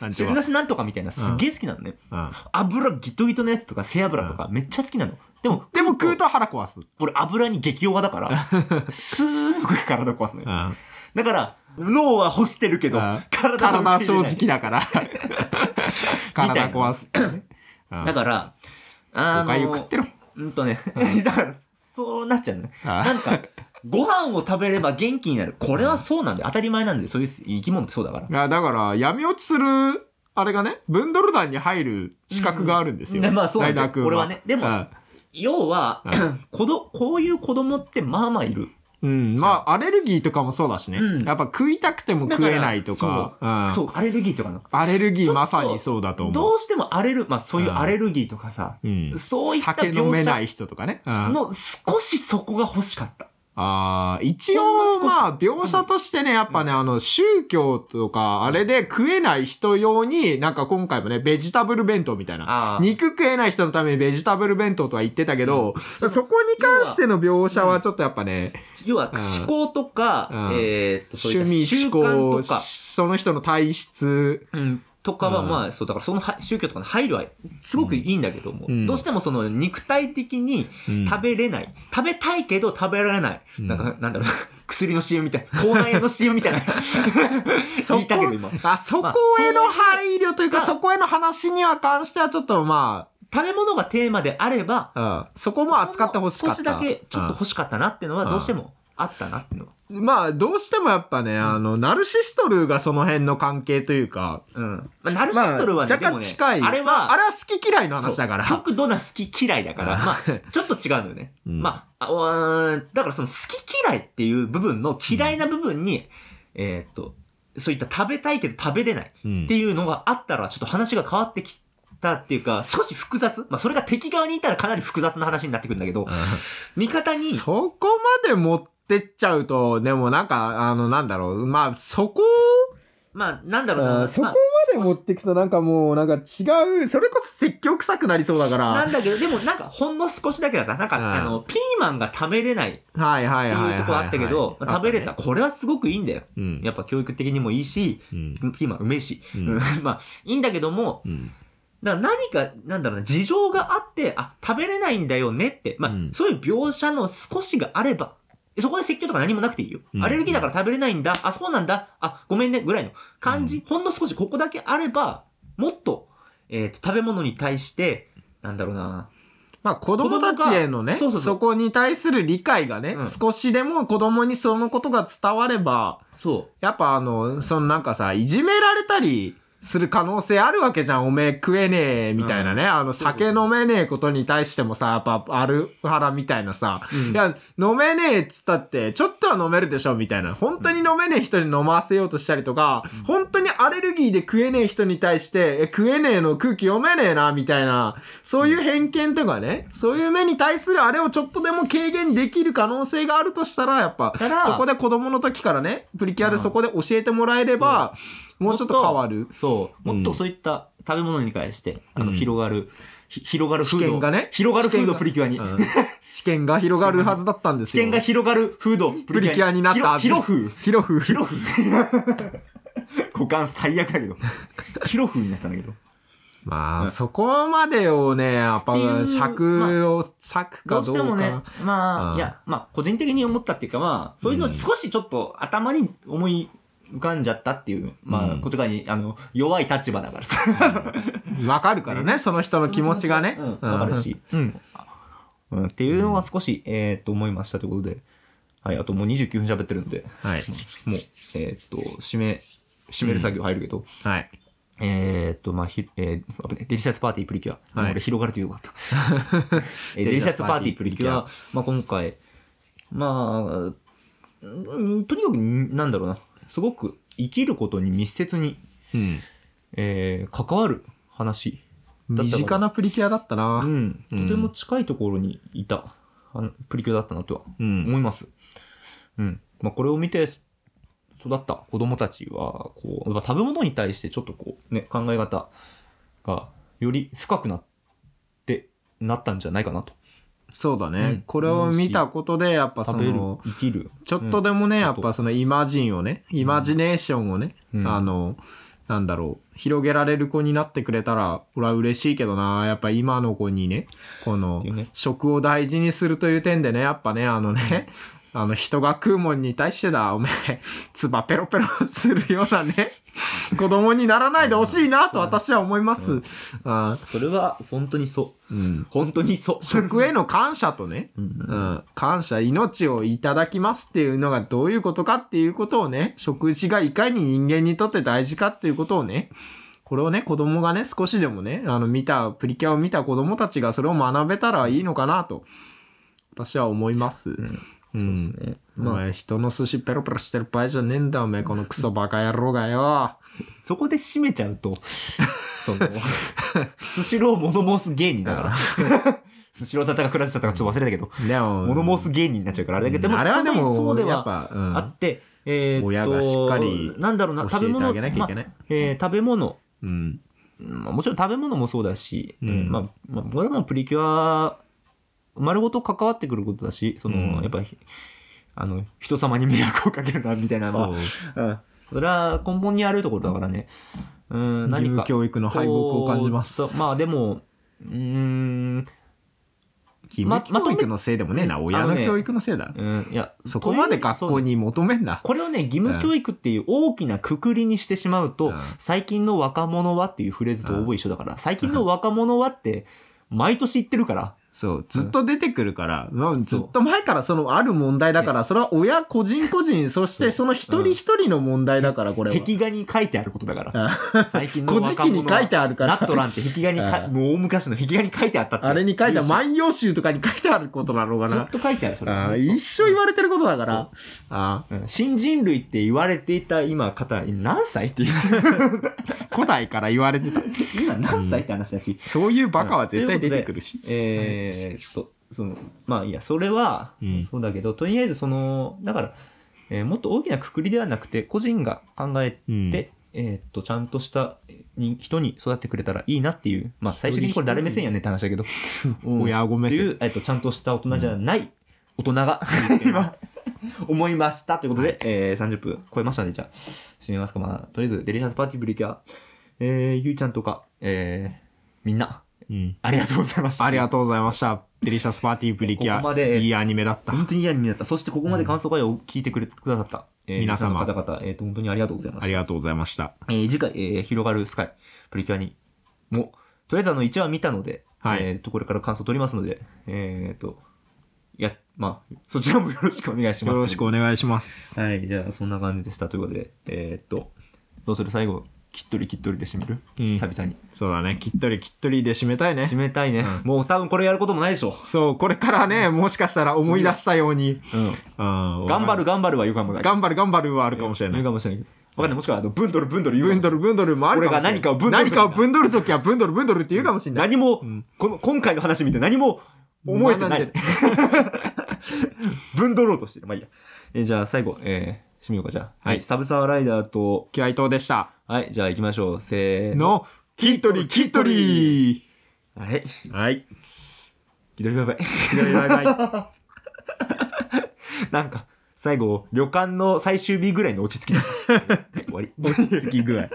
Speaker 2: なんちゅう
Speaker 1: 汁
Speaker 2: か
Speaker 1: なしなんとかみたいな、すげえ好きなのね。
Speaker 2: うん
Speaker 1: 油ギトギトのやつとか、背脂とか、めっちゃ好きなの。でも、
Speaker 2: でも食うと腹壊す。
Speaker 1: 俺油に激弱だ から、すーごい体壊すの
Speaker 2: う
Speaker 1: よ。
Speaker 2: ん
Speaker 1: だから、脳は干してるけど、
Speaker 2: うん
Speaker 1: 体
Speaker 2: 体
Speaker 1: は
Speaker 2: は
Speaker 1: 干してな
Speaker 2: 正
Speaker 1: い
Speaker 2: 直だから。体壊すってね。うん
Speaker 1: だから、あ
Speaker 2: おかゆ食ってろ。
Speaker 1: うんとね
Speaker 2: う、
Speaker 1: だから、 そうなっちゃうのね。な
Speaker 2: あ
Speaker 1: んか、ご飯を食べれば元気になる。これはそうなんで、当たり前なんで、そういう生き物ってそうだから
Speaker 2: い。やだから、闇落ちする、あれがね、ブンドル団に入る資格があるんですよ。
Speaker 1: うんまあそうなん
Speaker 2: ライ
Speaker 1: だよ
Speaker 2: ダー君
Speaker 1: 俺はねでも
Speaker 2: うん
Speaker 1: 要は
Speaker 2: う、
Speaker 1: 子ど、こういう子供ってまあまあいる。
Speaker 2: うん、まあ、アレルギーとかもそうだしね。
Speaker 1: うん
Speaker 2: やっぱ食いたくても食えないとか、うん
Speaker 1: そう、アレルギーとかの。
Speaker 2: アレルギーまさにそうだと思う。
Speaker 1: どうしてもアレル、まあそういうアレルギーとかさ、
Speaker 2: うん、
Speaker 1: そういった
Speaker 2: 酒飲
Speaker 1: 描
Speaker 2: めな
Speaker 1: 写
Speaker 2: い人とかね。うん
Speaker 1: の少しそこが欲しかった。
Speaker 2: ああ、一
Speaker 1: ほ
Speaker 2: 応、
Speaker 1: んの少し
Speaker 2: まあ、描写としてね、やっぱね、あの、宗教とか、あれで食えない人用に、なんか今回もね、ベジタブル弁当みたいな。
Speaker 1: あー
Speaker 2: 肉食えない人のためにベジタブル弁当とは言ってたけど、そこに関しての描写はちょっとやっぱね、
Speaker 1: 要は
Speaker 2: うん
Speaker 1: 思考とか、
Speaker 2: うん
Speaker 1: えーっと、そういった
Speaker 2: 趣味、
Speaker 1: 習
Speaker 2: 思考
Speaker 1: 慣と、か、
Speaker 2: その人の体質、
Speaker 1: うん、とかは
Speaker 2: うん
Speaker 1: まあ、そう、だからそのは宗教とかの配慮はすごくいいんだけども、
Speaker 2: うん
Speaker 1: どうしてもその肉体的に
Speaker 2: うん
Speaker 1: 食べれない、食べたいけど食べられない、
Speaker 2: うん
Speaker 1: なんか、なんだろう、 薬の CM みたいな、口内炎の CM み たいな、言いたけど今。
Speaker 2: あ、そこ
Speaker 1: まあ
Speaker 2: への配慮というか、
Speaker 1: そういう
Speaker 2: そこへの話には関してはちょっとま
Speaker 1: 食べ物がテーマであれば、
Speaker 2: あ、うん、そこも扱ってほしかった。
Speaker 1: 少しだけちょっと欲しかったなっていうのは
Speaker 2: うん
Speaker 1: どうしてもあったなっていうのは。
Speaker 2: うんまあ、どうしてもやっぱね、あの、ナルシストルーがその辺の関係というか、
Speaker 1: うん。まあ、ナルシストルはね、
Speaker 2: まあ、
Speaker 1: で
Speaker 2: 若
Speaker 1: も
Speaker 2: 干
Speaker 1: ね
Speaker 2: 近い。
Speaker 1: あれ
Speaker 2: まああ
Speaker 1: は、
Speaker 2: れは好き嫌いの話だから。
Speaker 1: そう極度な好き嫌いだから、
Speaker 2: うん
Speaker 1: まあ、ちょっと違うのよね。
Speaker 2: うん
Speaker 1: まあ、あうーんだからその好き嫌いっていう部分の嫌いな部分に、えーっと、そういった食べたいけど食べれない
Speaker 2: うん
Speaker 1: っていうのがあったら、ちょっと話が変わってきたっていうか、少し複雑。まあ、それが敵側にいたらかなり複雑な話になってくるんだけど、味方に、
Speaker 2: そこまで持ってっちゃうと、でもなんか、あの、なんだろう、まあ、そこ
Speaker 1: まあ、なんだろうな、まあ
Speaker 2: で持ってくと、なんかもう、なんか違う、それこそ説教臭くなりそうだか
Speaker 1: なんだけど、でもなんかほんの少しだけはさ、なんか、
Speaker 2: うん
Speaker 1: あの、ピーマンが食べれないって
Speaker 2: ら。はいはいいうはいはいはい。
Speaker 1: ところあったけど、まあ食べれた。
Speaker 2: あっ
Speaker 1: これはすごくいいんだよ。
Speaker 2: たね。
Speaker 1: やっぱ教育的にもいいし、
Speaker 2: うん。
Speaker 1: ピーマンうめえし。
Speaker 2: う
Speaker 1: まあ、いいんだけども、
Speaker 2: うん。
Speaker 1: だから何か、なんだろうな、事情があって、あ、食べれないんだよねって、まあ、
Speaker 2: うん
Speaker 1: そういう描写の少しがあれば、そこで説教とか何もなくていいよ。
Speaker 2: うん
Speaker 1: アレルギーだから食べれないんだ、あ、そうなんだ、あ、ごめんね、ぐらいの感じ、
Speaker 2: う
Speaker 1: ほんの少しここだけあれば、もっと、えっ、と、食べ物に対して、なんだろうな、
Speaker 2: まあ子供たちへのね、
Speaker 1: 子供がそう
Speaker 2: そ
Speaker 1: そうそう
Speaker 2: こに対する理解がね、
Speaker 1: うん
Speaker 2: 少しでも子供にそのことが伝われば、
Speaker 1: そう。
Speaker 2: やっぱあの、そのなんかさ、いじめられたりする可能性あるわけじゃん。おめえ食えねえみたいなね。あの、
Speaker 1: そう
Speaker 2: 酒飲めねえことに対してもさ、やっぱアルハラみたいなさ、
Speaker 1: うん
Speaker 2: いや、飲めねえっつったって、ちょっとは飲めるでしょみたいな。本当に飲めねえ人に飲ませようとしたりとか、本当にアレルギーで食えねえ人に対して、え食えねえの空気読めねえな、みたいな。そういう偏見とかね、そういう目に対するあれをちょっとでも軽減できる可能性があるとしたら、やっぱ
Speaker 1: たら、
Speaker 2: そこで子供の時からね、プリキュアでそこで教えてもらえれば、もうちょっと変わる。
Speaker 1: そう。もっ
Speaker 2: う
Speaker 1: と
Speaker 2: ん
Speaker 1: そういった食べ物に対して、あ
Speaker 2: う
Speaker 1: の、
Speaker 2: ん
Speaker 1: 広がる、ひ広がる風
Speaker 2: 知
Speaker 1: 土
Speaker 2: 見がね
Speaker 1: 広がる風
Speaker 2: 知見
Speaker 1: 土
Speaker 2: が
Speaker 1: プリキュアに。
Speaker 2: うん 知見が広がるはずだったんで
Speaker 1: 知
Speaker 2: すよ。
Speaker 1: 見が広がる風土プ
Speaker 2: プリキュアになったはず
Speaker 1: ひろ風。
Speaker 2: 広く。
Speaker 1: ひろ風。 股間最悪だけど。ひろ風になったんだけど。
Speaker 2: まあ、
Speaker 1: うん
Speaker 2: そこまでをね、やっぱ
Speaker 1: っていう
Speaker 2: 尺を割く
Speaker 1: ど
Speaker 2: かどうか。
Speaker 1: うしてもね、ま
Speaker 2: う
Speaker 1: あ、
Speaker 2: ん
Speaker 1: いや、まあ、個人的に思ったっていうか、まあ、そういうの少しちょっと頭に思い浮かんじゃったっていう、ま
Speaker 2: う
Speaker 1: あ、
Speaker 2: ん
Speaker 1: こっち側に、あの、弱い立場だからさ。
Speaker 2: わかるからね、その人の気持ちがね。
Speaker 1: うん、わかるし。
Speaker 2: うん。
Speaker 1: うん、っていうのは少し、えーっと、思いましたということで。はい、あともう29分喋ってるんで、
Speaker 2: はい。
Speaker 1: もう、えーっと、締め、締める作業入るけど、
Speaker 2: はい。
Speaker 1: えーっと、まあ、ひ、えー、危ねデリシャスパーティープリキュア。
Speaker 2: はい
Speaker 1: 俺広がるとよ かった。えーデリシャスパーティープリキュア。まあ、今回、まあ、うんとにかく、なんだろうな、すごく生きることに密接に、
Speaker 2: うん。
Speaker 1: えー関わる話。だったかな
Speaker 2: 身近なプリキュアだった
Speaker 1: う
Speaker 2: な。
Speaker 1: ん。とても近いところにいた、あのプリキュアだったなとは
Speaker 2: うん。
Speaker 1: 思います。うん。まあ、これを見て育った子供たちは、こう、やっぱ食べ物に対してちょっとこう、ね、考え方、がより深くなって、なったんじゃないかなと。
Speaker 2: そうだね、
Speaker 1: うん
Speaker 2: これを見たことで、やっぱそ
Speaker 1: 食べる
Speaker 2: の、、
Speaker 1: 生きる。
Speaker 2: ちょっとでもね、
Speaker 1: うん
Speaker 2: やっぱそのイマジンをね、イマジネーションをね、
Speaker 1: うん
Speaker 2: あの、なんだろう、広げられる子になってくれたら、俺は嬉しいけどな、やっぱ今の子にね、こ
Speaker 1: っ
Speaker 2: の
Speaker 1: ていうね、
Speaker 2: 食を大事にするという点でね、やっぱね、あのね、あの人が食うもんに対してだ、おめえ、唾ペロペロするようなね、子供にならないでほしいなと私は思います。
Speaker 1: う
Speaker 2: あ
Speaker 1: それは、本当にそう。
Speaker 2: うん、
Speaker 1: 本当にそう。
Speaker 2: 食への感謝とね、
Speaker 1: うん
Speaker 2: うん、感謝、命をいただきますっていうのがどういうことかっていうことをね、食事がいかに人間にとって大事かっていうことをね、これをね、子供がね、少しでもね、あの、見た、プリキュアを見た子供たちがそれを学べたらいいのかなと、私は思います。
Speaker 1: ん
Speaker 2: うん
Speaker 1: そうですね。
Speaker 2: お
Speaker 1: まあ、
Speaker 2: 前、人の寿司ペロペロしてる場合じゃねえんだ、お前、このクソバカ野郎がよ。
Speaker 1: そこで締めちゃう と、そ の、スシロー物申す芸人だから。 スシローだったかくらしたかちょっと忘れたけど、
Speaker 2: でも、
Speaker 1: 物申す芸人になっちゃうから、あれだけど、でも、
Speaker 2: あれはで
Speaker 1: かなりそう
Speaker 2: も、
Speaker 1: で
Speaker 2: やっ
Speaker 1: は
Speaker 2: ぱ、う
Speaker 1: あ
Speaker 2: ん
Speaker 1: って、えーっと、
Speaker 2: 親がしっかり
Speaker 1: なんだろうな、食
Speaker 2: 教
Speaker 1: べ
Speaker 2: えて
Speaker 1: 物、
Speaker 2: あげなきゃい
Speaker 1: ま
Speaker 2: け
Speaker 1: あ
Speaker 2: ない。
Speaker 1: えー食べ物、
Speaker 2: うん。
Speaker 1: まあもちろん食べ物もそうだし、
Speaker 2: うん
Speaker 1: えーまあ、まあ、これはもうプリキュア、丸ごと関わってくることだし、その、
Speaker 2: うん
Speaker 1: やっぱり、あの、人様に迷惑をかけるな、みたいなのは、
Speaker 2: そう。
Speaker 1: うん。それは根本にあるところだからね。うん、
Speaker 2: 義
Speaker 1: 何
Speaker 2: 務
Speaker 1: か。
Speaker 2: 教育の敗北を感じます。
Speaker 1: そうまあでも、うーん、
Speaker 2: 義
Speaker 1: ま
Speaker 2: 務教育のせいでもねえな、
Speaker 1: まとめ
Speaker 2: 親
Speaker 1: あの
Speaker 2: の
Speaker 1: ね
Speaker 2: 教育のせいだ。
Speaker 1: うん、いや、
Speaker 2: そこまで学
Speaker 1: と
Speaker 2: 校
Speaker 1: いうより。そう
Speaker 2: に求めんな。
Speaker 1: これをね、義務教育っていう大きなくくりにしてしまうと、
Speaker 2: うん
Speaker 1: 最近の若者はっていうフレーズとほぼ一緒だから、最近の若者はって、毎年言ってるから、
Speaker 2: そう、ずっと出てくるから、まあずっと前からそのある問題だから、それは親個人個人、そしてその一人一人の問題だから、これは。
Speaker 1: 壁画に書いてあることだから、最近の
Speaker 2: 古
Speaker 1: 若
Speaker 2: 事
Speaker 1: 者
Speaker 2: 記に書いて
Speaker 1: あ
Speaker 2: あるか
Speaker 1: ナット
Speaker 2: ら、
Speaker 1: ランって壁画にか、
Speaker 2: うん
Speaker 1: もう大昔の壁画に書いてあったって。
Speaker 2: あれに書いた
Speaker 1: 言うし
Speaker 2: 万葉集とかに書いてあることなのか
Speaker 1: ずっ
Speaker 2: な。
Speaker 1: と書いてある、それ。
Speaker 2: あー一生言われてることだから。あ
Speaker 1: うん新人類って言われていた今方何歳っていう
Speaker 2: ー古代から言われ てた。
Speaker 1: 今何歳って話だし、
Speaker 2: そういうバカは絶対出てくるし。
Speaker 1: えーっとそのまあいいやそれは、
Speaker 2: うん
Speaker 1: そうだけどとりあえずそのだから、えーもっと大きなくくりではなくて個人が考え
Speaker 2: うん
Speaker 1: て、えーっとちゃんとしたに人に育ってくれたらいいなっていうまあ最終的にこれ誰目線やねんって話だけどうん
Speaker 2: 親ごめ
Speaker 1: ってい
Speaker 2: ん。
Speaker 1: う、えーっとちゃんとした大人じゃない大人がいます。 思いましたということで、えー30分超えましたので、じゃあ、締めますか。まあ、とりあえず、デリシャスパーティーブリキャー、えー、ゆいちゃんとか、えー、みんな、
Speaker 2: うん
Speaker 1: ありがとうございました。
Speaker 2: ありがとうございました。デリシャスパーティープリキ
Speaker 1: ここま
Speaker 2: ュア。
Speaker 1: で
Speaker 2: いいアニメだった。
Speaker 1: 本当に嫌になった。そして、ここまで感想会を聞いてくれてくださった、えー
Speaker 2: 皆様
Speaker 1: リスナーの方々、えー、と、本当にありがとうございま
Speaker 2: あ
Speaker 1: し
Speaker 2: り
Speaker 1: た。
Speaker 2: がとうございました。
Speaker 1: えー、次回、えー、広がるスカイ、プリキュアに、も、とりあえずあの、1話見たので、
Speaker 2: はい
Speaker 1: えー、と、これから感想取りますので、えー、と、いや、まあ、そちらもよろしくお願いしま
Speaker 2: よ
Speaker 1: す。
Speaker 2: ろしくお願いします。
Speaker 1: はい、じゃあそんな感じでしたということで、えー、っと、どうする最後、きっとりきっとりで締める、
Speaker 2: うん
Speaker 1: 久々に。
Speaker 2: そうだね。きっとりきっとりで締めたいね
Speaker 1: 締。めたいね、
Speaker 2: うん
Speaker 1: もう多分これやることもないでしょ。
Speaker 2: そう、これからね、もしかしたら思い出したように。
Speaker 1: うん。
Speaker 2: 頑
Speaker 1: 頑張る。頑張るは言うかもない。
Speaker 2: 頑張る頑張るはあるかもしれな
Speaker 1: 言う
Speaker 2: い。
Speaker 1: かもしれないけど。わかんない。もしくは、あの、ブンドルブンドル言うか
Speaker 2: ブ
Speaker 1: もしれ
Speaker 2: ンドルブンドルもあるかもしれない。
Speaker 1: 俺が何かをブンドル
Speaker 2: 何かをぶんどるときはブンドルブンドルって言うかもしれな。
Speaker 1: ないい何も、
Speaker 2: うん
Speaker 1: この、今回の話見て何も思えてない。ぶんどろうとしてる。まあいいや。えーじゃあ最後、えー、締めようか、じゃあ。
Speaker 2: はい
Speaker 1: サブサワーライダーと、
Speaker 2: キワイトでした。
Speaker 1: はい、じゃあ行きましょう。せーの。
Speaker 2: の、きっとりきっとり
Speaker 1: はい。
Speaker 2: はい。
Speaker 1: 気取りバイバイ。
Speaker 2: キワイバイバイ
Speaker 1: なんか、最 後、旅館の最終日ぐらいの落ち着きだ。終わり。
Speaker 2: 落ち着き具合。